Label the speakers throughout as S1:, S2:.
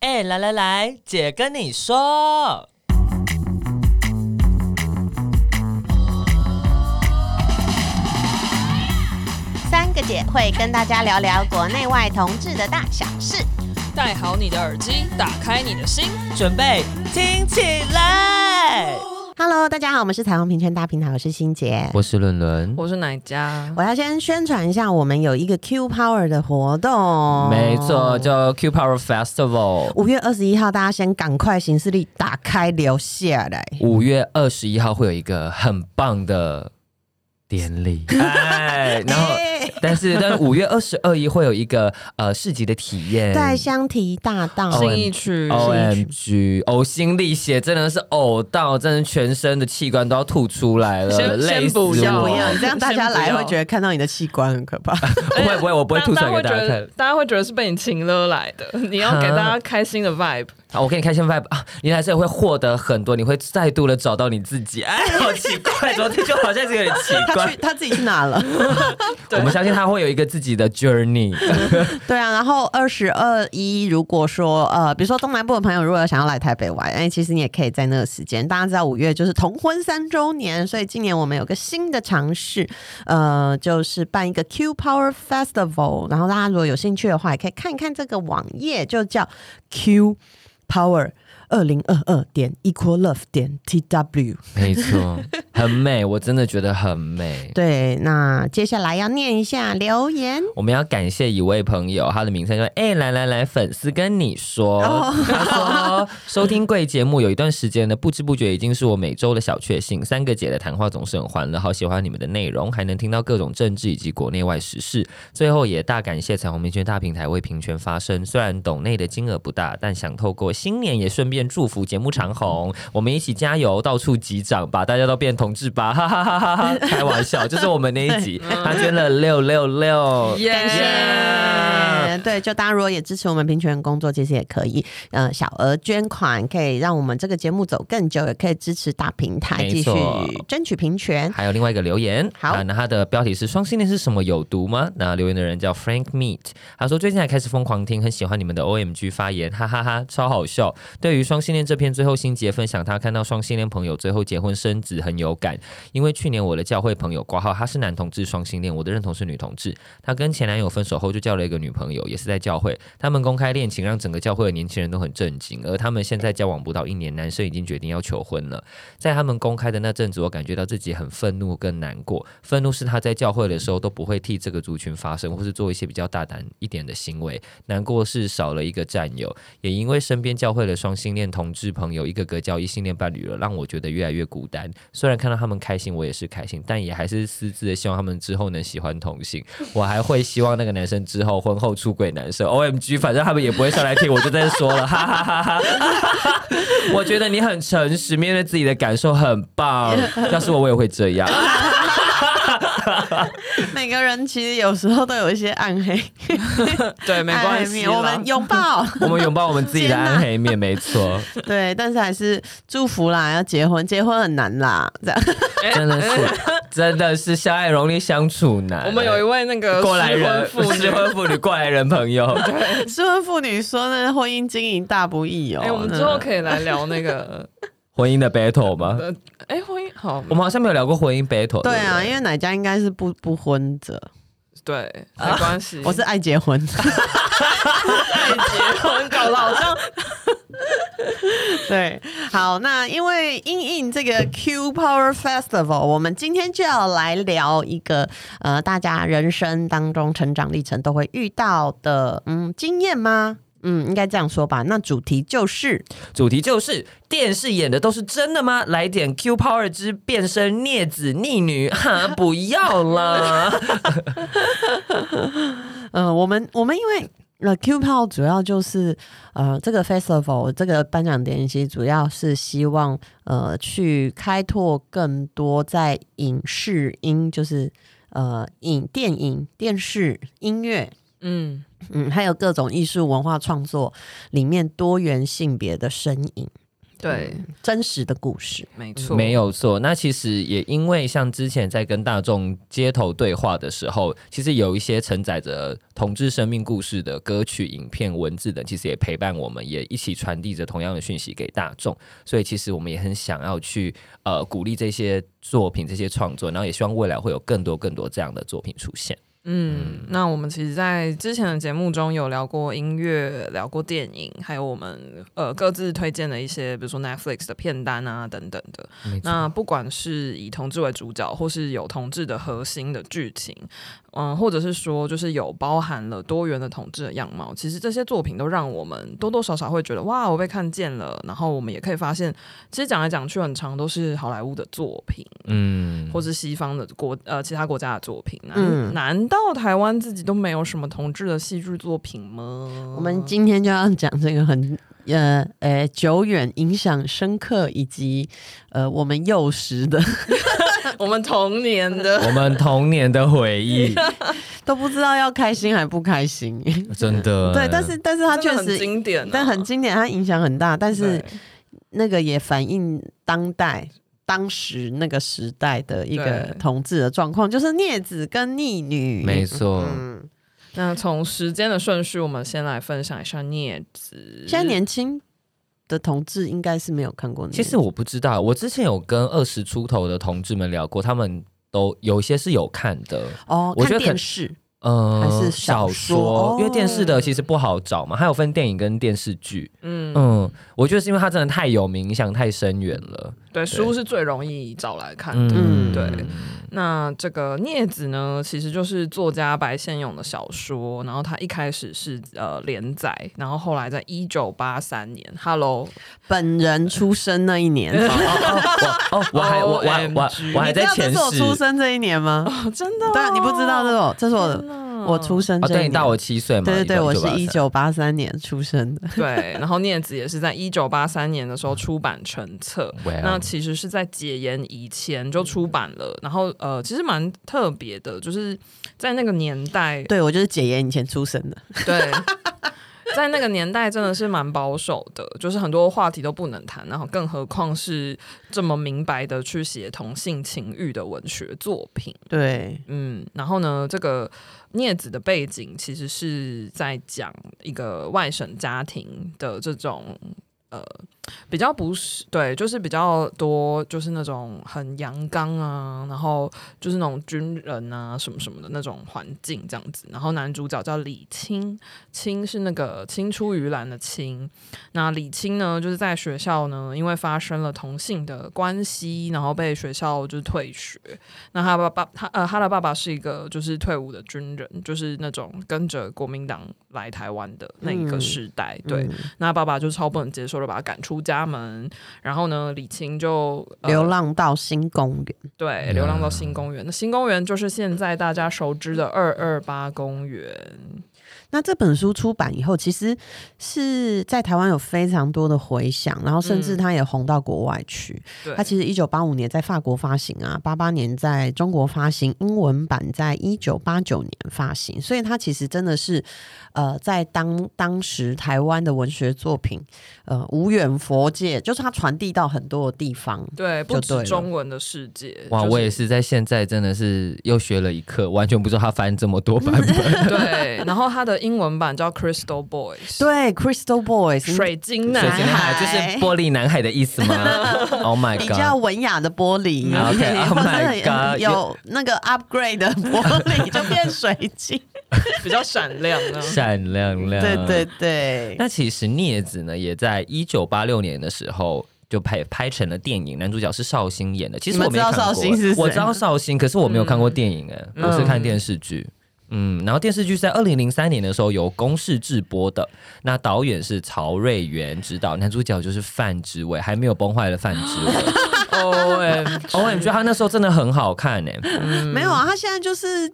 S1: 哎、来来来，姐跟你说，
S2: 三个姐会跟大家聊聊国内外同志的大小事。
S3: 戴好你的耳机，打开你的心。
S1: 准备听起来。
S2: Hello，大家好，我们是彩虹平权大平台，我是欣杰。
S4: 我是伦伦，
S3: 我是奶家，
S2: 我要先宣传一下，我们有一个 Q Power 的活动，
S4: 没错，叫 Q Power Festival，
S2: 五月二十一号，大家先赶快行事历打开留下来。
S4: 五月二十一号会有一个很棒的 典礼，哎，然后。但是，但五月二十二一会有一个呃市集的体验，
S2: 在香堤大道，
S4: 哦
S3: 信义区
S4: O M G，呕心沥血，真的是呕到，真的全身的器官都要吐出来了，
S3: 先
S4: 累死
S3: 先不
S4: 我！
S3: 要
S2: 不要，
S3: 哦
S2: 这样大家来
S3: 先不要
S2: 会觉得看到你的器官很可怕。
S4: 不会不会，我不会吐出来
S3: 会
S4: 给
S3: 觉
S4: 大家
S3: 得
S4: 看。，
S3: 大家会觉得是被你情勒来的。 你要给大家开心的 vibe，
S4: 好，我给你开箱 vibe 啊，你还是会获得很多，你会再度的找到你自己。 哎，好奇怪，昨天就好像是有点奇
S2: 他
S4: 怪
S2: 去。他自己去哪了？
S4: 我们相信他会有一个自己的 journey。
S2: 对啊，然后二十二一，如果说呃，比如说东南部的朋友，如果有想要来台北玩，哎，其实你也可以在那个时间。大家知道五月就是同婚三周年，所以今年我们有个新的尝试，呃，就是办一个 Q Power Festival。然后大家如果有兴趣的话，也可以看一看这个网页，就叫 Q Power。二零二二点 equal love 点 tw
S4: 没错，很美，我真的觉得很美。
S2: 对，那接下来要念一下留言，
S4: 我们要感谢一位朋友，他的名称叫哎、来来来，粉丝跟你说，他说收听贵节目有一段时间呢，不知不觉已经是我每周的小确幸。三个姐的谈话总是很欢乐，好喜欢你们的内容，还能听到各种政治以及国内外时事。最后也大感谢彩虹民权大平台为平权发声，虽然懂内的金额不大，但想透过新年也顺便祝福节目长红，我们一起加油，到处击掌吧，大家都变同志吧，哈哈哈哈哈！开玩笑，就是我们那一集，他捐了六六 六，
S3: 耶
S2: 感谢。对，就大家如果也支持我们平权工作，其实也可以，呃，小额捐款可以让我们这个节目走更久，也可以支持大平台
S4: 没
S2: 继续
S4: 错
S2: 争取平权。
S4: 还有另外一个留言，
S2: 好
S4: 啊那他的标题是“双性恋是什么有毒吗？”那留言的人叫 Frank Meat，他说最近还开始疯狂听，很喜欢你们的 OMG 发言，哈哈哈超好笑。对于双性恋这篇最后心结分享，他看到双性恋朋友最后结婚生子很有感，因为去年我的教会朋友挂号他是男同志双性恋，我的认同是女同志，他跟前男友分手后就交了一个女朋友，也是在教会，他们公开恋情让整个教会的年轻人都很震惊，而他们现在交往不到一年，男生已经决定要求婚了。在他们公开的那阵子，我感觉到自己很愤怒跟难过。愤怒是他在教会的时候都不会替这个族群发声，或是做一些比较大胆一点的行为；难过是少了一个战友，也因为身边教会的双性恋同志朋友一个个交异性恋伴侣了，让我觉得越来越孤单。虽然看到他们开心，我也是开心，但也还是私自的希望他们之后能喜欢同性。我还会希望那个男生之后婚后出轨男生。O M G，反正他们也不会上来听，我就在这说了，哈哈哈哈。 我觉得你很诚实，面对自己的感受很 棒。要是我，我也会这 样。
S2: 每个人其实有时候都有一些暗 黑，
S3: 对，哎没关
S2: 暗黑
S3: 系
S2: 面
S3: 啦，
S2: 我们拥 抱。
S4: 我们拥抱我们自己的暗黑面，没 错，
S2: 对，但是还是祝福啦，要结婚，结婚很难啦，这样。
S4: 真的是，真的是相爱容易相处难。哎
S3: 我们有一位那个
S4: 过来人，
S3: 失婚妇
S4: 失
S3: 女。
S4: 婚妇女过来人朋 友，
S2: 失婚妇女说呢，婚姻经营大不易哦。
S3: 哎、我
S4: 嗯
S3: 们之后可以来聊那个，
S4: 婚姻的 battle 吗？
S3: 呃，哎、婚姻好
S4: 我，们好像没有聊过婚姻 battle。
S2: 对啊，
S4: 不
S2: 因为奶家应该是不不婚者，
S3: 对，没关系、
S2: 我是爱结婚的。
S3: 结婚搞得好像
S2: 对，好，那因为因应这个 Q Power Festival，我们今天就要来聊一个呃，大家人生当中成长历程都会遇到的嗯经验吗？嗯，应该这样说吧。那主题就是
S4: 主题就是电视演的都是真的吗？来点 Q Power 之变身孽子逆女，哈，不要 啦！
S2: 呃，我们我们因为。那 Q Power 主要就是，呃，这个 festival 这个颁奖典礼其实主要是希望，呃，去开拓更多在影视音，就是呃影电影、电视、音乐
S3: 嗯，
S2: 嗯，还有各种艺术文化创作里面多元性别的身影。
S3: 对，
S2: 真实的故事。
S3: 没错，
S4: 没有错。那其实也因为像之前在跟大众街头对话的时候，其实有一些承载着同志生命故事的歌曲、影片、文字等，其实也陪伴我们，也一起传递着同样的讯息给大众。所以其实我们也很想要去呃鼓励这些作品、这些创作，然后也希望未来会有更多更多这样的作品出现。
S3: 嗯，那我们其实，在之前的节目中有聊过音乐，聊过电影，还有我们呃各自推荐的一些，比如说 Netflix 的片单啊等等的。那不管是以同志为主角，或是有同志的核心的剧情，嗯，或者是说就是有包含了多元的同志的样貌，其实这些作品都让我们多多少少会觉得哇，我被看见了。然后我们也可以发现，其实讲来讲去，很长都是好莱坞的作品。
S4: 嗯，
S3: 或是西方的国呃其他国家的作品、啊。
S2: 嗯
S3: 难道台湾自己都没有什么同志的戏剧作品吗？
S2: 我们今天就要讲这个很呃呃久远、影响深刻，以及呃我们幼时的
S3: 我们童年的
S4: 我们童年的回 忆，
S2: 都不知道要开心还不 开心。
S4: 真的
S2: 对，但是但 是它确
S3: 真的很
S2: 实，
S3: 经典啊、
S2: 但很经典，它影响很大，但是
S3: 对
S2: 那个也反映当代。当时那个时代的一个
S3: 对
S2: 同志的状况，就是孽子跟逆女，
S4: 没错，
S2: 嗯，
S3: 那从时间的顺序，我们先来分享一下孽子。
S2: 现在年轻的同志应该是没有看过孽
S4: 其
S2: 子。
S4: 实我不知道，我之前有跟二十出头的同志们聊过，他们都有一些是有看的，
S2: 哦，
S4: 我觉得
S2: 看电
S4: 可
S2: 视
S4: 嗯、
S2: 还是
S4: 小
S2: 小说哦
S4: 因为电视的其实不好找嘛，它有分电影跟电视剧。
S3: 嗯，
S4: 嗯，我觉得是因为它真的太有名，影响太深远了。
S3: 对，书是最容易找来看的。
S4: 嗯，
S3: 啊对那这个孽子呢，其实就是作家白先勇的小说，然后他一开始是呃连载，然后后来在一九八三年，Hello，
S2: 本人出生那一年，
S4: 哦哦哦，我哦我还我我还我还我还
S2: 你 知
S4: 在
S2: 道这
S4: 前
S2: 是我出
S4: 世。
S2: 生这一 年吗？
S3: 哦真的、啊
S2: 对啊，你不知道这是我，这是我我出生
S4: 哦，
S2: 这一
S4: 对
S2: 年。
S4: 你大我七岁嘛？
S2: 对对对，我是一
S4: 1983。
S2: 九八三年出生的。
S3: 对，然后聂子也是在一九八三年的时候出版成册。
S4: Well
S3: 那其实是在解严以前就出版了，然后呃，其实蛮特别的，就是在那个年代，
S2: 对，我就是解严以前出生的。
S3: 对， 在那个年代真的是蛮保守的，就是很多话题都不能谈，然后更何况是这么明白的去写同性情欲的文学作品。
S2: 对，
S3: 嗯，然后呢，这个镊子的背景其实是在讲一个外省家庭的这种。呃，比较不是对，就是比较多，就是那种很阳刚啊，然后就是那种军人啊什么什么的那种环境这样子。然后男主角叫李青，青是那个青出于蓝的青。那李青呢，就是在学校呢，因为发生了同性的关系，然后被学校就是退学。那他爸爸，他呃，他的爸爸是一个就是退伍的军人，就是那种跟着国民党来台湾的那一个
S2: 嗯
S3: 时代。对，
S2: 嗯，
S3: 那爸爸就超不能接受的，把他赶出家门。然后呢，李青就、呃
S2: 流浪到新公园。
S3: 对，流浪到新公园。那新公园就是现在大家熟知的二二八公园。
S2: 那这本书出版以后，其实是在台湾有非常多的回响，然后甚至
S3: 嗯
S2: 它也红到国外去。
S3: 对，
S2: 它其实一九八五年在法国发行啊，八八年在中国发行，英文版在一九八九年发行，所以它其实真的是，呃，在当当时台湾的文学作品，呃，无远佛界，就是它传递到很多的地方。
S3: 对，不
S2: 就对
S3: 止
S2: 了
S3: 中文的世界。
S4: 哇，
S3: 就
S4: 我也是在现在真的是又学了一课，完全不知道他翻这么多版本。
S3: 对。然后它的英文版叫 Crystal Boys，，
S2: 对，Crystal Boys，
S3: 水晶
S4: 所以
S3: 男
S4: 现在还有
S3: 孩。
S4: 就是玻璃男孩的意 思吗？Oh my
S2: 比
S4: god！
S2: 较文雅的玻璃，
S4: 嗯，OK，Oh
S2: 或者
S4: my god，
S2: 有那个 upgrade 的玻璃就变水 晶。
S3: 比较闪亮呢。
S4: 闪亮亮。
S2: 对对。对，
S4: 那其实镊子呢，也在一九八六年的时候。就拍拍成了电影，男主角是绍兴演的。其实我没看过，
S2: 你们知道绍兴是谁嗯
S4: 我知道绍兴，可是我没有看过电影哎、我是看电视剧。嗯，然后电视剧是在二零零三年的时候由公视制播的，那导演是曹瑞元执导，男主角就是范植伟，还没有崩坏的范植伟。
S3: O M 啊
S4: O M G，他那时候真的很好看哎、
S3: 嗯
S2: 没有啊，他现在就是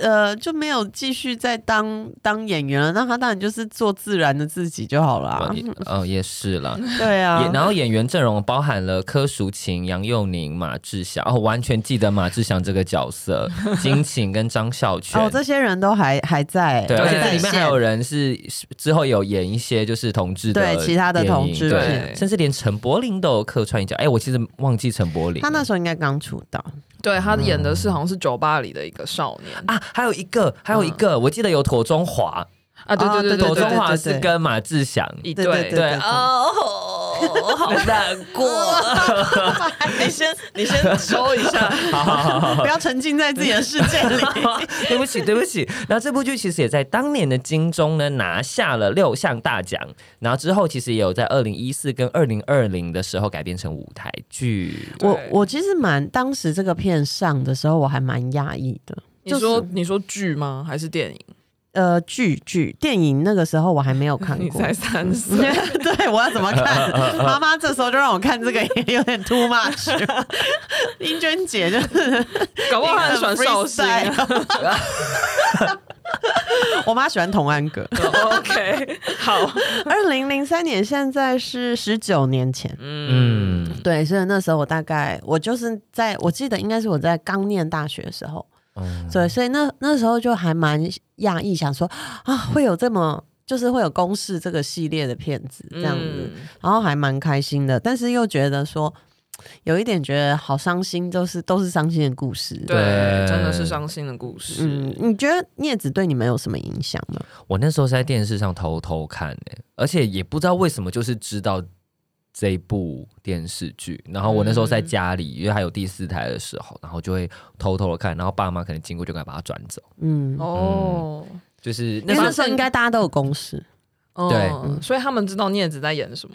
S2: 呃就没有继续再当当演员了，那他当然就是做自然的自己就好了啊
S4: 哦。也哦，也是 啦。
S2: 对啊
S4: 也，然后演员阵容包含了柯淑琴、杨佑宁、马志祥，哦，我完全记得马志祥这个角 色，金琴跟张孝全。
S2: 哦，这些人都还还在，
S4: 对，而且
S3: 对
S4: 这里面还
S2: 在
S4: 有人是之后有演一些就是同志的电
S2: 对
S4: 影，
S2: 其他的同志
S4: 对，
S3: 片
S4: 甚至连陈柏霖都有客串一角。哎，我其实忘记陈柏霖
S2: 他那时候应该刚出 道，
S3: 对他演的是好像是酒吧里的一个少年啊
S4: 啊，还有一个，还有一个，我记得有妥中华，
S3: 对
S2: 嗯
S3: 对
S2: 啊
S3: 对
S2: 对
S4: 妥
S3: 对
S4: 中
S3: 对，
S4: 华
S2: 对
S4: 是跟马志祥。
S3: 一
S2: 对对
S3: 对
S4: 对
S2: 对嗯
S1: 哦，我好 难 过。
S2: 哦你先你先
S3: 收一下，
S4: 好好好好，
S2: 不要沉浸在自己的世界里。
S4: 对不起，对不起。然后这部剧其实也在当年的金钟呢拿下了六项大奖，然后之后其实也有在二零一四跟二零二零的时候改编成舞台剧。
S2: 我
S3: 对
S2: 我其实蛮当时这个片上的时候，我还蛮讶异的。
S3: 你说你说剧吗？还是电影？
S2: 呃，剧剧电影那个时候我还没有 看
S3: 你
S2: 过。
S3: 才三岁，
S2: 对，我要怎么看？妈妈这时候就让我看这个，也有点 too much。英娟姐就是
S3: 搞不好他很喜欢绍兴啊。
S2: 我妈喜欢童安格。
S3: 哦 OK，好，
S2: 二零零三年，现在是十九年前。
S3: 嗯，
S4: 嗯，
S2: 对，所以那时候我大概我就是在我记得应该是我在刚念大学的时候，
S4: 嗯
S2: 对，所以那那时候就还蛮讶异，想说啊，会有这么就是会有公式这个系列的片子这样子，
S3: 嗯，
S2: 然后还蛮开心的，但是又觉得说有一点觉得好伤心，都是都是伤心的故事。
S3: 对
S4: 对，
S3: 真的是伤心的故事。
S2: 嗯，你觉得镊子对你们有什么影响吗？
S4: 我那时候是在电视上偷偷看诶、而且也不知道为什么，就是知道这一部电视剧。然后我那时候在家里，因为还有第四台的时候，然后就会偷偷的看，然后爸妈可能经过就赶快把它转走。
S2: 嗯，
S3: 哦，
S4: 就是
S2: 因
S4: 那
S2: 为
S4: 时
S2: 那
S4: 候
S2: 时候应该大家都有公式，
S3: 哦
S4: 对，
S3: 所以他们知道镊子在演什么。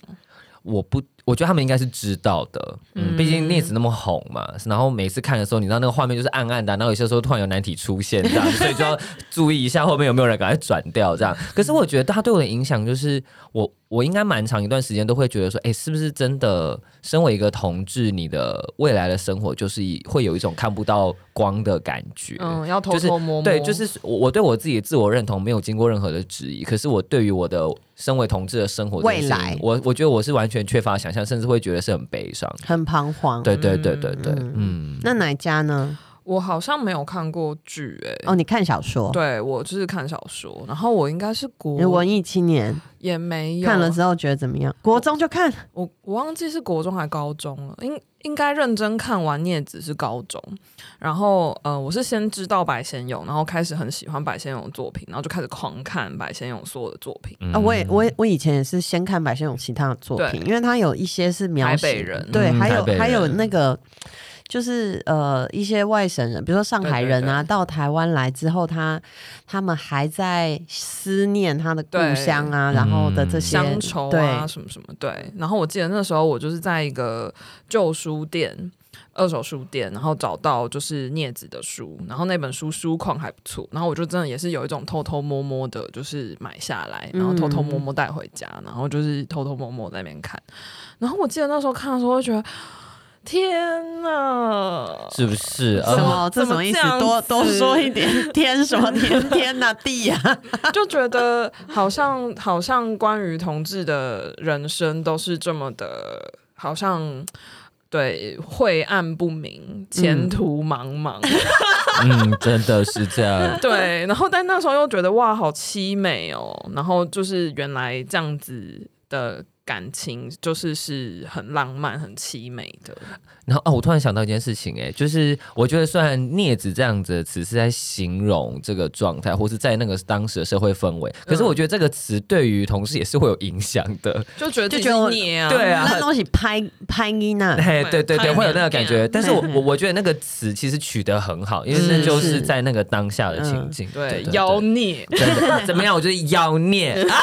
S4: 我不，我觉得他们应该是知道的，嗯，
S3: 嗯
S4: 毕竟镊子那么红嘛。然后每次看的时候，你知道那个画面就是暗暗的，然后有些时候突然有难题出现这样，所以就要注意一下后面有没有人赶快转掉这样。可是我觉得他对我的影响就是，我我应该蛮长一段时间都会觉得说，哎、是不是真的？身为一个同志，你的未来的生活就是以会有一种看不到光的感觉，
S3: 嗯，要偷
S4: 就是
S3: 偷摸摸。
S4: 对，就是我我对我自己的自我认同没有经过任何的质疑，可是我对于我的身为同志的生活这件事情
S2: 未来
S4: 我我觉得我是完全缺乏想象，甚至会觉得是很悲伤。
S2: 很彷徨。
S4: 对对对对对，嗯
S2: 嗯，那哪一家呢？
S3: 我好像没有看过剧诶、
S2: 哦，你看小说，
S3: 对我就是看小说，然后我应该是国
S2: 你文艺青年
S3: 也没有
S2: 看了之后觉得怎么样？国中就看，
S3: 我我忘记是国中还高中了，应应该认真看完《镊子》是高中，然后呃，我是先知道白先勇，然后开始很喜欢白先勇的作品，然后就开始狂看白先勇所有的作品。
S4: 嗯
S2: 啊，我也
S3: 嗯
S2: 我也我以前也是先看白先勇其他的作品，因为他有一些是描写
S3: 台北人
S2: 对，
S4: 嗯
S2: 还
S4: 台
S2: 有
S4: 北人
S2: 还有那个就是呃一些外省人，比如说上海人啊，
S3: 对对对
S2: 到台湾来之后，他他们还在思念他的故乡啊，
S4: 对
S2: 然后的这
S4: 嗯
S2: 些
S3: 乡愁啊，什么什么对。然后我记得那时候我就是在一个旧书店、二手书店，然后找到就是镊子的书，然后那本书书况还不错，然后我就真的也是有一种偷偷摸摸的，就是买下来，然后偷偷摸摸带回家，然后就是偷偷摸摸在那边看。然后我记得那时候看的时候，我就觉得天呐，
S4: 是不是？
S2: 对。什
S4: 呃，
S2: 么？这什么意思
S3: 怎么这？样
S2: 多
S3: 子
S2: 多说一点，天什么天天呐、地啊，
S3: 就觉得好像好像关于同志的人生都是这么的，好像对晦暗不明，前途茫茫。
S4: 嗯，真的是这样。
S3: 对，然后但那时候又觉得哇，好凄美哦。然后就是原来这样子的感情，就是是很浪漫、很凄美的。
S4: 然后啊，我突然想到一件事情、哎，就是我觉得虽然“镊子”这样子的词是在形容这个状态，或是在那个当时的社会氛围，可
S2: 嗯
S4: 是我觉得这个词对于同事也是会有影响的。
S3: 就觉得自己
S2: 就觉得我
S3: 是孽啊，
S4: 对啊
S2: 那东西拍拍啊妮 娜，
S4: 嘿，对
S3: 对
S4: 对
S3: 他
S4: 对，
S3: 有
S4: 会有
S3: 点
S4: 那个感
S3: 这
S4: 觉。
S3: 样
S4: 但是我
S2: 嘿嘿
S4: 我我觉得那个词其实取得很好，因为那
S2: 是
S4: 就是
S2: 是
S4: 在那个当下的情
S2: 嗯
S4: 境。
S3: 对，妖孽。
S4: 真的怎么样？我就是妖 孽。啊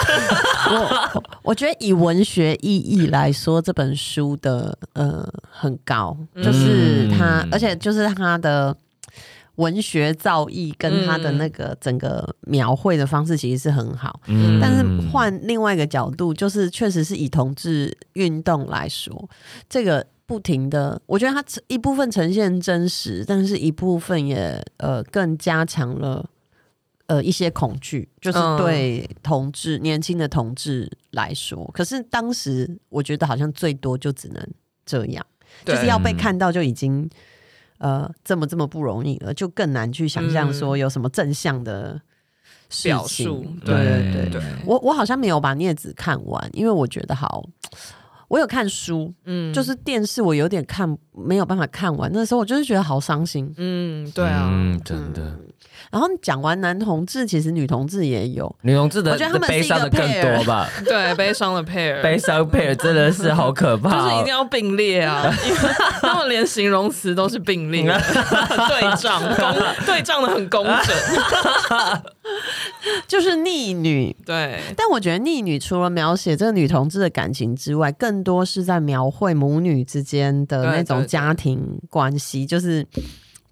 S2: 我我觉得以文学意义来说，这本书的呃很高，就是它，
S4: 嗯
S2: 而且就是它的文学造诣跟它的那个整个描绘的方式其实是很好。
S4: 嗯
S2: 但是换另外一个角度，就是确实是以同志运动来说，这个不停的，我觉得它一部分呈现真实，但是一部分也呃更加强了呃一些恐惧，就是
S3: 嗯
S2: 对同志、年轻的同志来说。可是当时我觉得好像最多就只能这样，
S3: 对
S2: 就是要被
S4: 嗯
S2: 看到就已经。呃，这么这么不容易了，就更难去想象说有什么正向的事
S3: 嗯表
S2: 情
S3: 述
S2: 对对
S3: 对，
S2: 对
S3: 对，
S2: 我我好像没有把《镊子》看完，因为我觉得好，我有看书，
S3: 嗯
S2: 就是电视我有点看没有办法看完。那时候我就是觉得好伤心。
S3: 嗯，对啊，
S4: 嗯，真的，
S2: 然后讲完男同志，其实女同志也有，
S4: 女同志的
S2: 我觉得他们是一
S4: 悲
S2: 个
S4: 伤的更
S2: pair
S4: 多吧，
S3: 对，悲伤的 pair，
S4: 悲伤配尔真的是好可怕、
S3: 就是一
S4: 哦
S3: 定。要并列啊，因为他们连形容词都是并列，对仗，工对仗的很工整，
S2: 就是逆女。
S3: 对，
S2: 但我觉得逆女除了描写这个女同志的感情之外，更多是在描绘母女之间的
S3: 对
S2: 那
S3: 对
S2: 种
S3: 对
S2: 家庭关系，就是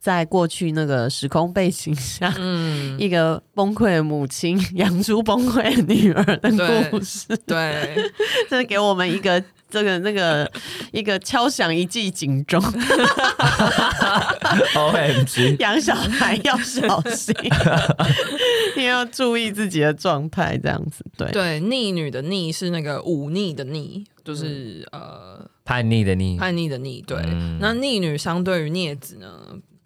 S2: 在过去那个时空背景下，
S3: 嗯，
S2: 一个崩溃的母亲养出崩溃的女儿的
S3: 对
S2: 故事。
S3: 对，
S2: 这给我们一个这个那个一个敲响一记警钟，
S4: 哦 O M G，
S2: 养小孩要小心， 也要注意自己的状态，这样子对。
S3: 对，逆女的逆是那个忤逆的逆，就是、呃
S4: 叛逆的你，
S3: 叛逆的逆。对，
S4: 嗯
S3: 那逆女相对于孽子呢，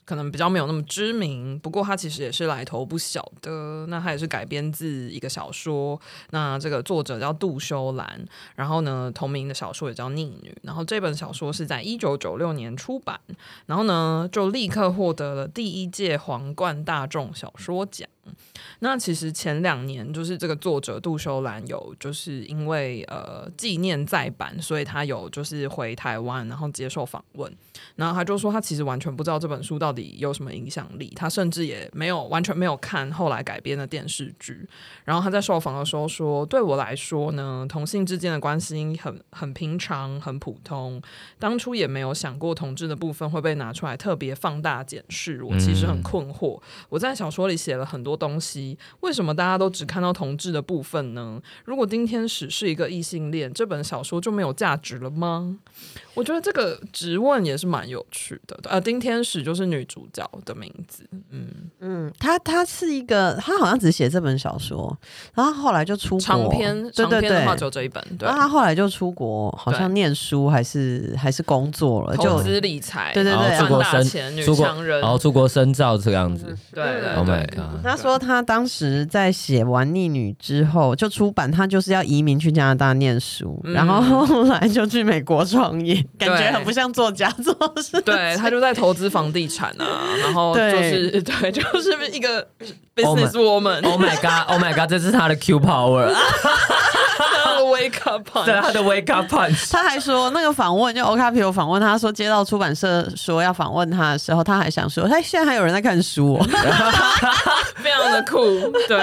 S3: 可能比较没有那么知名，不过它其实也是来头不小的。那它也是改编自一个小说，那这个作者叫杜修兰，然后呢，同名的小说也叫《逆女》，然后这本小说是在一九九六年出版，然后呢，就立刻获得了第一届皇冠大众小说奖。那其实前两年，就是这个作者杜修兰有，就是因为呃纪念再版，所以他有就是回台湾，然后接受访问。然后他就说，他其实完全不知道这本书到底有什么影响力，他甚至也没有完全没有看后来改编的电视剧。然后他在受访的时候说，对我来说呢，同性之间的关系很很平常，很普通。当初也没有想过同志的部分会被拿出来特别放大检视，我其实很困惑。我在小说里写了很多东西，为什么大家都只看到同志的部分呢？如果丁天使是一个异性恋，这本小说就没有价值了吗？我觉得这个质问也是蛮有趣的。呃，丁天使就是女主角的名字，嗯，
S2: 嗯，他他是一个，他好像只写这本小说，然后后来就出国
S3: 长篇
S2: 对
S3: 长
S2: 对
S3: 篇的话
S2: 对。
S3: 就这一本，对
S2: 然后，他后来就出国，好像念书还是还是工作了，
S3: 投
S2: 就
S3: 资理财，
S2: 对对对
S3: 然后赚大钱，女
S4: 出国
S3: 强人
S4: 然，后出国深造这个样子。
S3: 对对
S4: Oh my
S3: 嗯对
S4: god！
S2: 他说他当时在写完《逆女》之后就出版，他就是要移民去加拿大念书，
S3: 嗯
S2: 然后后来就去美国创 业，感觉很不像作家做事。
S3: 对他就在投资房地产啊，然后就
S2: 对
S3: 是对，就是一个
S4: Oh my-
S3: business woman
S4: Oh my god！Oh my god！这是他的 Q power，
S3: 的 wake up
S4: 这是
S3: punch
S4: 他的 wake up punch。
S2: 他还说那个访问就 Ocapio 访问他说接到出版社说要访问他的时候，他还想说，哎，现在还有人在看 书、哦，
S3: 非常的酷，对，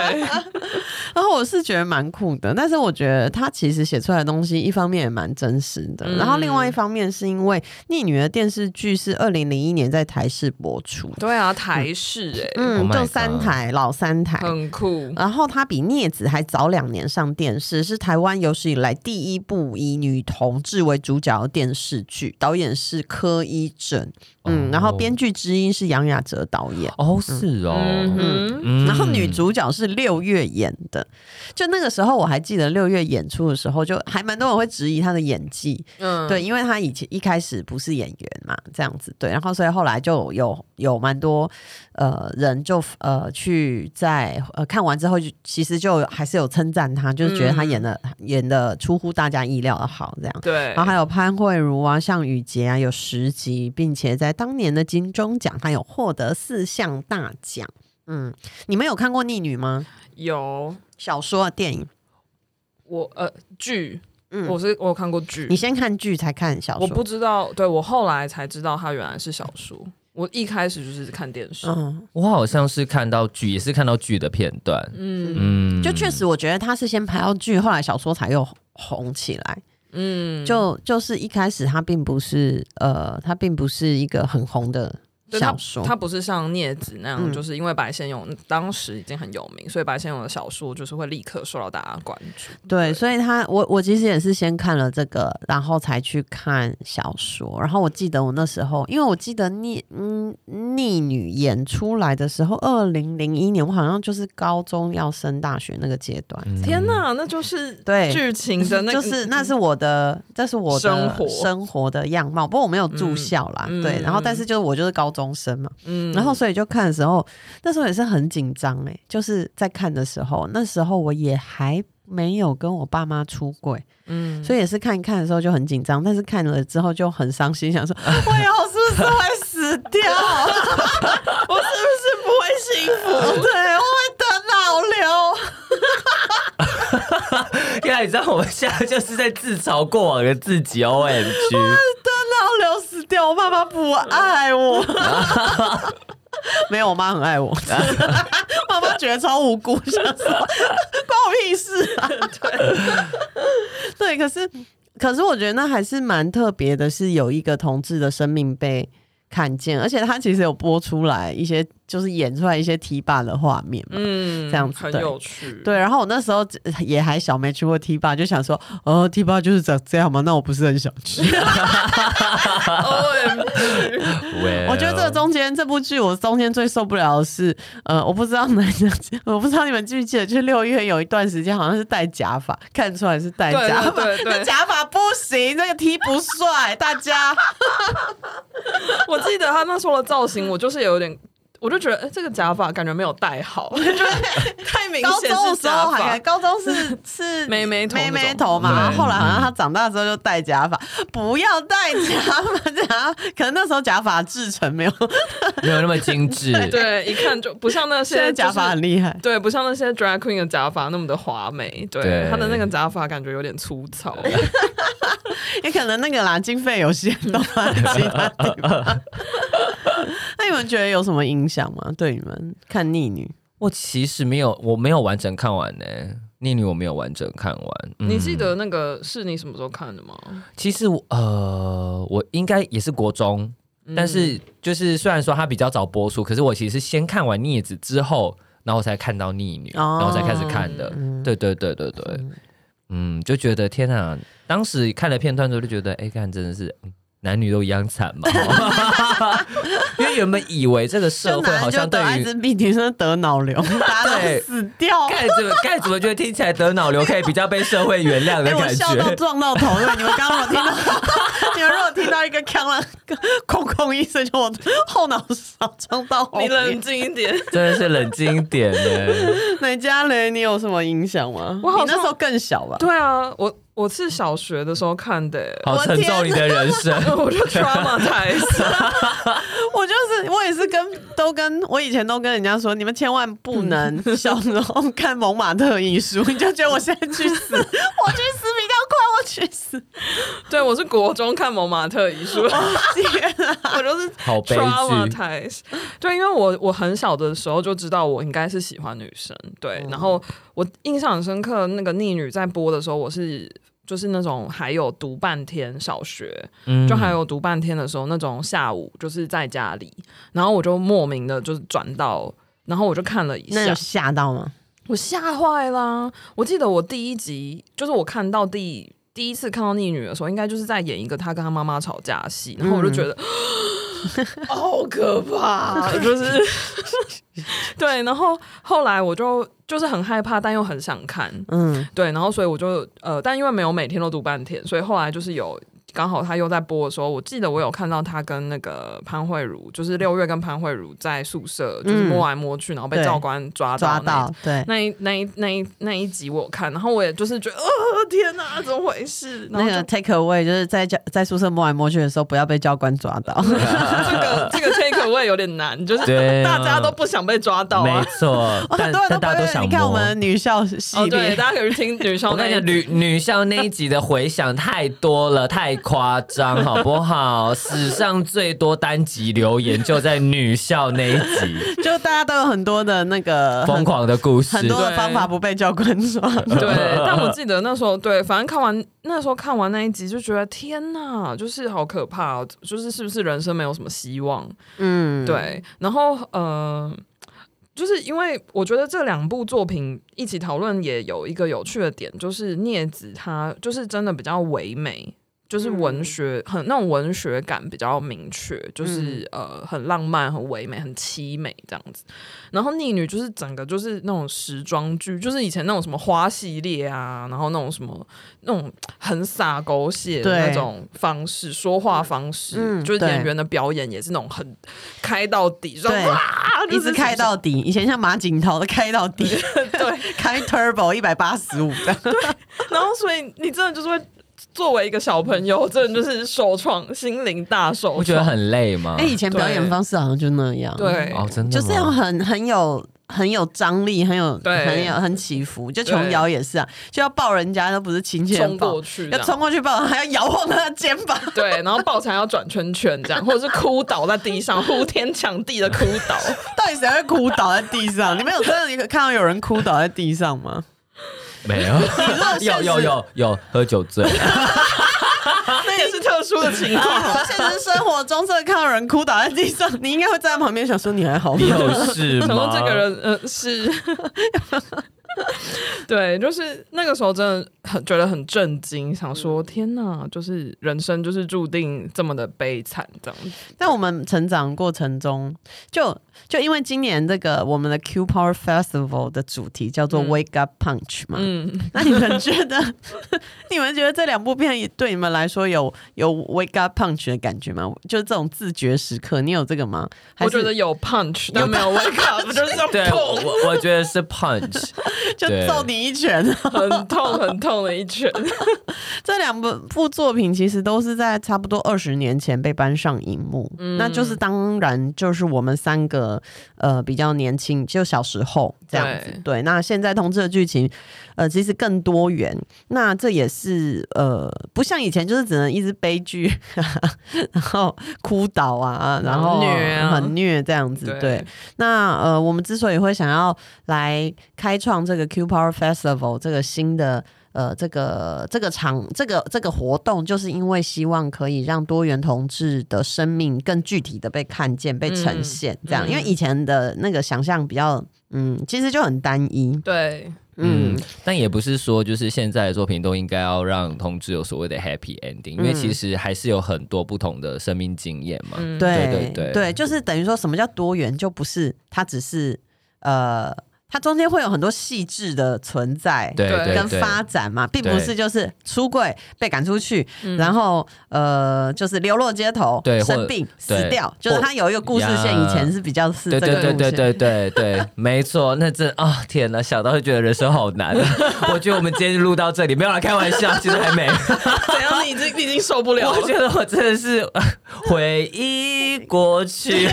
S2: 然后我是觉得蛮酷的，但是我觉得他其实写出来的东西，一方面也蛮真实的，
S3: 嗯
S2: 然后另外一方面是因为《逆女》的电视剧是二零零一年在台视播出，
S3: 对啊，台式哎、
S2: 嗯，
S4: Oh my
S2: 就三
S4: God
S2: 台老三台，
S4: 嗯
S3: 很酷，
S2: 然后她比镊子还早两年上电视，是台湾有史以来第一部以女同志为主角的电视剧，导演是柯一正，嗯，
S4: 哦
S2: 然后编剧之一是杨雅哲导演。
S4: 哦，是
S3: 嗯
S4: 哦。
S3: 哼，
S4: 嗯
S2: 然后女主角是六月演的，就那个时候我还记得六月演出的时候，就还蛮多人会质疑她的演技，
S3: 嗯，
S2: 对，因为她以前一开始不是演员嘛，这样子对，然后所以后来就有有蛮多呃人就呃去在呃看完之后就其实就还是有称赞她，就是觉得她演的、演的出乎大家意料的好这样。
S3: 嗯对，
S2: 然后还有潘慧茹啊、项羽杰啊，有十集，并且在当年的金钟奖，她有获得四项大奖。嗯，你们有看过《逆女》吗？
S3: 有
S2: 小说、电影？
S3: 我呃剧，
S2: 嗯
S3: 我是我有看过剧
S2: 你，先看剧才看小
S3: 我
S2: 说？
S3: 不知道，对我后来才知道它原来是小说，我一开始就是看电视，
S2: 嗯，
S4: 我好像是看到剧，也是看到剧的片段。
S3: 嗯
S4: 嗯，
S2: 就确实，我觉得她是先拍到剧，后来小说才又红起来。
S3: 嗯，
S2: 就就是一开始她并不是呃，她并不是一个很红的
S3: 对
S2: 小说。
S3: 他不是像镊子那样，
S2: 嗯
S3: 就是因为白先勇当时已经很有名，所以白先勇的小说就是会立刻受到大家关注。
S2: 对，所以他我我其实也是先看了这个，然后才去看小说。然后我记得我那时候，因为我记得逆嗯逆女演出来的时候，二零零一年，我好像就是高中要升大学那个阶段。
S4: 嗯
S3: 天哪，那就是
S2: 对
S3: 剧情的那个，嗯
S2: 就是那是我的，这是我的
S3: 生活
S2: 生活的样貌。不过我没有住校啦，
S3: 嗯嗯
S2: 对。然后但是就是我就是高中生嘛，
S3: 嗯
S2: 然后所以就看的时候，那时候也是很紧张哎，就是在看的时候，那时候我也还没有跟我爸妈出轨，
S3: 嗯
S2: 所以也是看一看的时候就很紧张，但是看了之后就很伤心， 想说我以后是不是会死掉？
S3: 我是不是不会幸
S2: 对，
S3: 福？
S2: 我会得脑瘤。
S4: 原来你知道我们现在就是在自嘲过往的自己，O 哦 M G，
S2: 要流死掉，我妈妈不爱我。没有，我妈很爱我。妈妈觉得超无辜，想说关我屁事啊！对，对，可是可是我觉得那还是蛮特别的，是有一个同志的生命被看见，而且他其实有播出来一些，就是演出来一些提拔的画面嘛。
S3: 嗯
S2: 这样子
S3: 很
S2: 对
S3: 有趣。
S2: 对，然后我那时候也还小，没去过 T 吧，就想说，哦，T 吧就是长这样吗？那我不是很想去。
S3: 哦，OM，
S4: Well
S2: 我觉得这个中间这部剧，我中间最受不了的是，呃，我不知道男的， 我不知道你们记不记得，就是六月有一段时间好像是戴假发，看出来是戴
S3: 对
S2: 假发，
S3: 对对对
S2: 那 假发不行，那个 T 不帅，大家
S3: 我记得他那时候的造型，我就是有点。我就觉得，哎、这个假发感觉没有戴好， 就是太明
S2: 高
S3: 显是
S2: 中的时
S3: 假
S2: 候还
S3: 发。
S2: 高中是 是
S3: 妹妹头那
S2: 妹
S3: 种
S2: 妹头嘛，
S4: 对
S2: 然后后来好像他长大之后就戴假发，不要戴假发， 假可能那时候假发制成 没有，
S4: 没有那么精 致，
S3: 对，一看就不像那些
S2: 现在假
S3: 就是
S2: 发很厉害。
S3: 对，不像那些 drag queen 的假发那么的华美，对
S4: 对嗯
S3: 他的那个假发感觉有点粗糙。
S2: 也可能那个啦，经费有限，都花在其他地方。 那你们觉得有什么影响吗？对你们看逆女？
S4: 我其实没有，我没有完整看完呢、逆女我没有完整看完，嗯
S3: 你记得那个是你什么时候看的吗？
S4: 其实我呃，我应该也是国中，
S2: 嗯
S4: 但
S3: 嗯
S4: 是就是虽然说它比较早播出，可是我其实是先看完《镊子》之后，然后才看到《逆女》
S2: 哦
S4: 然后才开始看的。
S2: 嗯
S4: 对对对对对，嗯，就觉得天啊！当时看了片段之后就觉得，哎、看真的是。嗯男女都一样惨嘛， 因为原本以为这个社
S2: 就
S4: 会
S2: 男
S4: 好
S2: 的就
S4: 像对
S2: 得艾
S4: 于
S2: 滋病，女生得脑瘤，大家都死掉。
S4: 盖怎么盖怎么觉得听起来得脑瘤可以比较被社会原谅的
S2: 哎、 我
S4: 感
S2: 笑到
S4: 觉，
S2: 撞到头了。你们刚刚有听到？ 你们如果听到一个康了空空一声，就我后脑勺撞到后
S3: 你
S2: 面
S3: 冷。静一 点，
S4: 真的是冷静一点呢。
S2: 哪家雷，你有什么影响吗？
S3: 我好像
S2: 你那时候更小吧？
S3: 对啊，我我是小学的时候看的、
S4: 好沉重你的人生。
S3: 我就 traumatized，
S2: 我就是我也是跟都跟我以前都跟人家说，你们千万不能小时候看蒙马特遗书，你就觉得我现在去死，我去死比较快，我去死！
S3: 对我是国中看《蒙马特遗 书》，
S2: 天啊，
S3: 我就是
S4: 好悲剧
S3: traumatized。对，因为我我很小的时候就知道我应该是喜欢女生，对。
S4: 嗯
S3: 然后我印象很深刻，那个逆女在播的时候，我是就是那种还有读半天小学，
S4: 嗯
S3: 就还有读半天的时候，那种下午就是在家里，然后我就莫名的就是转到，然后我就看了一
S2: 那
S3: 下
S2: 有，吓到吗？
S3: 我吓坏啦！我记得我第一集就是我看到第第一次看到逆女的时候，应该就是在演一个她跟她妈妈吵架的戏，然后我就
S2: 嗯
S3: 觉得、好可怕， 就是对。然后后来我就就是很害怕，但又很想看，
S2: 嗯，
S3: 对。然后所以我就呃，但因为没有每天都读半天，所以后来就是有。刚好她又在播的时候，我记得我有看到她跟那个潘慧茹，就是六月跟潘慧茹在宿舍就是摸来摸去，然后被
S2: 嗯对
S3: 教官抓到那
S2: 抓
S3: 一
S2: 到对。
S3: 那一那一那一那一集我有看，然后我也就是觉得，哦天哪，怎么回事？然
S2: 那
S3: 后
S2: 个
S3: 就
S2: take away 就是在教在宿舍摸来摸去的时候，不要被教官抓到。
S3: 这 个这个 take away 有点难，就是
S4: 对啊
S3: 大家都不想被抓到
S4: 没
S3: 啊。
S4: 错，
S2: 哦很
S4: 但
S2: 多人都
S4: 但
S2: 不
S4: 大家都
S2: 会，
S4: 想
S2: 你看
S4: 摸
S2: 我们女校系
S3: 哦，对，
S2: 列，
S3: 大家可以去听女
S4: 我
S3: 生
S4: 跟
S3: 那
S4: 你
S3: 一
S4: 讲，
S3: 集。
S4: 女女校那一集的回响太多了，太夸张，好不好？史上最多单集留言就在女校那一集，
S2: 就大家都有很多的那个
S4: 疯狂的故事
S2: 很。多的
S3: 对
S2: 方法不被教官抓。
S3: 对， 但我记得那时候，对，反正看完那时候看完那一集，就觉得天呐，就是好可怕、哦，就是是不是人生没有什么希望？
S2: 嗯，
S3: 对，然后呃，就是因为我觉得这两部作品一起讨论也有一个有趣的点，就是聂子他就是真的比较唯美，就是
S2: 嗯
S3: 文学、很那种文学感比较明确，就是、
S2: 嗯
S3: 呃很浪漫、很唯美、很凄美这样子。然后逆女就是整个就是那种时装剧，就是以前那种什么花系列啊，然后那种什么那种很洒狗血的
S2: 对
S3: 那种方式，说话方式，
S2: 嗯
S3: 就是
S2: 对
S3: 演员的表演也是那种很开到底，就
S2: 对
S3: 是哇，
S2: 一直开到底，以前像马景涛的开到 底，
S3: 对，
S2: 开 turbo 一百八 十五的，
S3: 然后所以你真的就是会作为一个小朋友，真的就是受创，心灵大受
S4: 我觉得
S3: 创。
S4: 很累吗？
S2: 哎，以前表演
S3: 对
S2: 方式好像就那样，
S3: 对
S4: 哦，真的
S2: 就
S4: 吗
S2: 是要很很有很有张力，很有
S3: 对
S2: 很有很起伏。就琼瑶也是啊，就要抱人家都不是亲切
S3: 冲
S2: 的抱
S3: 过，去这
S2: 要
S3: 样，
S2: 冲过去抱，还要摇晃他的肩膀。
S3: 对，然后抱起来要转圈圈这样，或者是哭倒在地上，呼天抢地的哭 倒。
S2: 到底谁会哭倒在地上？ 你们有真的看到有人哭倒在地上 吗？
S4: 没有，有有 有有喝酒醉，
S3: 那也是特殊的情况。
S2: 啊，现实生活中真的看到有人哭倒在地上，你应该会站在旁边想说你还好吗
S4: 你？有事
S3: 然
S4: 吗
S3: 后？这个人，呃，是， 对，就是那个时候真的很觉得很震惊，想说
S2: 嗯
S3: 天哪，就是人生就是注定这么的悲惨这样子。
S2: 在我们成长过程中，就就因为今年这个我们的 Q Power Festival 的主题叫做
S3: 嗯
S2: Wake Up Punch 嘛，
S3: 嗯，
S2: 那你们觉得， 你们觉得这两部片也对你们来说有有 wake up punch 的感觉吗？就是这种自觉时刻，你有这个吗？还
S3: 我
S2: 是
S3: 觉得有 punch，但没有 wake up，就是这样
S4: 对，我
S3: 砰，
S4: 我我觉得是 punch，
S2: 就揍你一拳。
S3: 很痛很痛的一拳。
S2: 这两部部作品其实都是在差不多二十年前被搬上荧幕，那就是当然就是我们三个呃比较年轻，就小时候这样子。对，那现在同志的剧情呃其实更多元，那这也是呃不像以前就是只能一直悲剧， 然后哭倒啊，然后
S3: 很虐啊
S2: 很虐这样子。对，那呃，我们之所以会想要来开创这个 Q Power Festival 这个新的呃这个这个场这个这个活动，就是因为希望可以让多元同志的生命更具体的被看见、被呈现。这样，
S3: 嗯
S2: 因为以前的那个想象比较，嗯，其实就很单一。
S3: 对，
S2: 嗯
S4: 嗯，但也不是说就是现在的作品都应该要让同志有所谓的 happy ending，因为其实还是有很多不同的生命经验嘛。
S3: 嗯，
S2: 对
S4: 对对对
S2: 就是等于说什么叫多元，就不是它只是呃，它中间会有很多细致的存在。
S4: 对
S3: 对
S4: 对
S2: 跟
S4: 对，
S2: 发展嘛，并不
S4: 对
S2: 是就是出柜被赶出去，
S3: 嗯
S2: 然后呃就是流落街头，
S4: 对或
S2: 生病死
S4: 对
S2: 掉，就是
S4: 或
S2: 他有一个故事
S4: 呀
S2: 线，以前是比较是
S4: 对
S2: 这个
S4: 对
S2: 路
S4: 对
S2: 线。
S4: 对对对对， 没错，那真啊、天哪，想到就觉得人生好难。啊我觉得我们今天录到这里，没有啦，开玩笑，其实还 没。
S3: 怎样？你已经你已经受不 了
S4: 我
S3: 了，
S4: 觉得我真的是 呃回忆过去，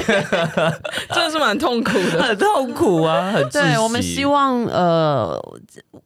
S3: 真的是蛮痛苦 的。
S4: 很痛苦啊，很
S2: 对
S4: 窒息
S2: 我们希望呃，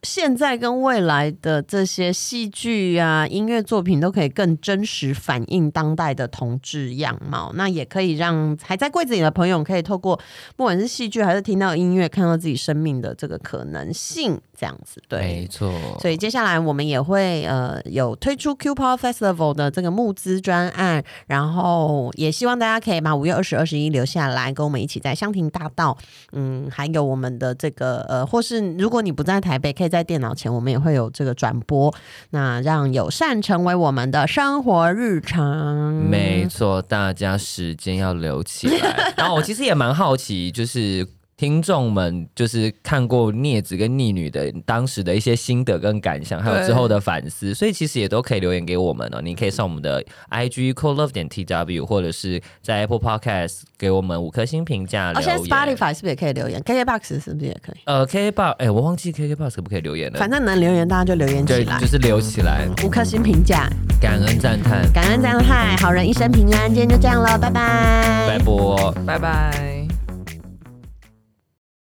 S2: 现在跟未来的这些戏剧啊、音乐作品都可以更真实反映当代的同志样貌，那也可以让还在柜子里的朋友可以透过不管是戏剧还是听到音乐，看到自己生命的这个可能性，这样子对。
S4: 没错，
S2: 所以接下来我们也会呃有推出 Q Power Festival 的这个募资专案，然后也希望大家可以把五月二十、二十一留下来，跟我们一起在香亭大道，嗯，还有我们的这个呃，或是如果你不在台北，可以在电脑前，我们也会有这个转播，那让友善成为我们的生活日常。嗯
S4: 没错，大家时间要留起来。然后我其实也蛮好奇，就是听众们就是看过镊子跟逆女的当时的一些心得跟感想，还有
S3: 对
S4: 之后的反思，所以其实也都可以留言给我们哦。你可以上我们的 IG cool love 点 tw，或者是在 Apple Podcast 给我们五颗星评价
S2: 哦，
S4: 留
S2: 现在
S4: 言。
S2: Spotify 是不是也可以留言？KKBox 是不是也可以？
S4: 呃，K Box，哎、我忘记 K K Box 可不可以留言了。
S2: 反正能留言大家就留言起
S4: 对，
S2: 来
S4: 就，是留起来，
S2: 五颗星评价，
S4: 感恩赞叹，
S2: 感恩赞叹，好人一生平安。今天就这样了，拜拜，
S4: 拜拜。
S3: 拜拜。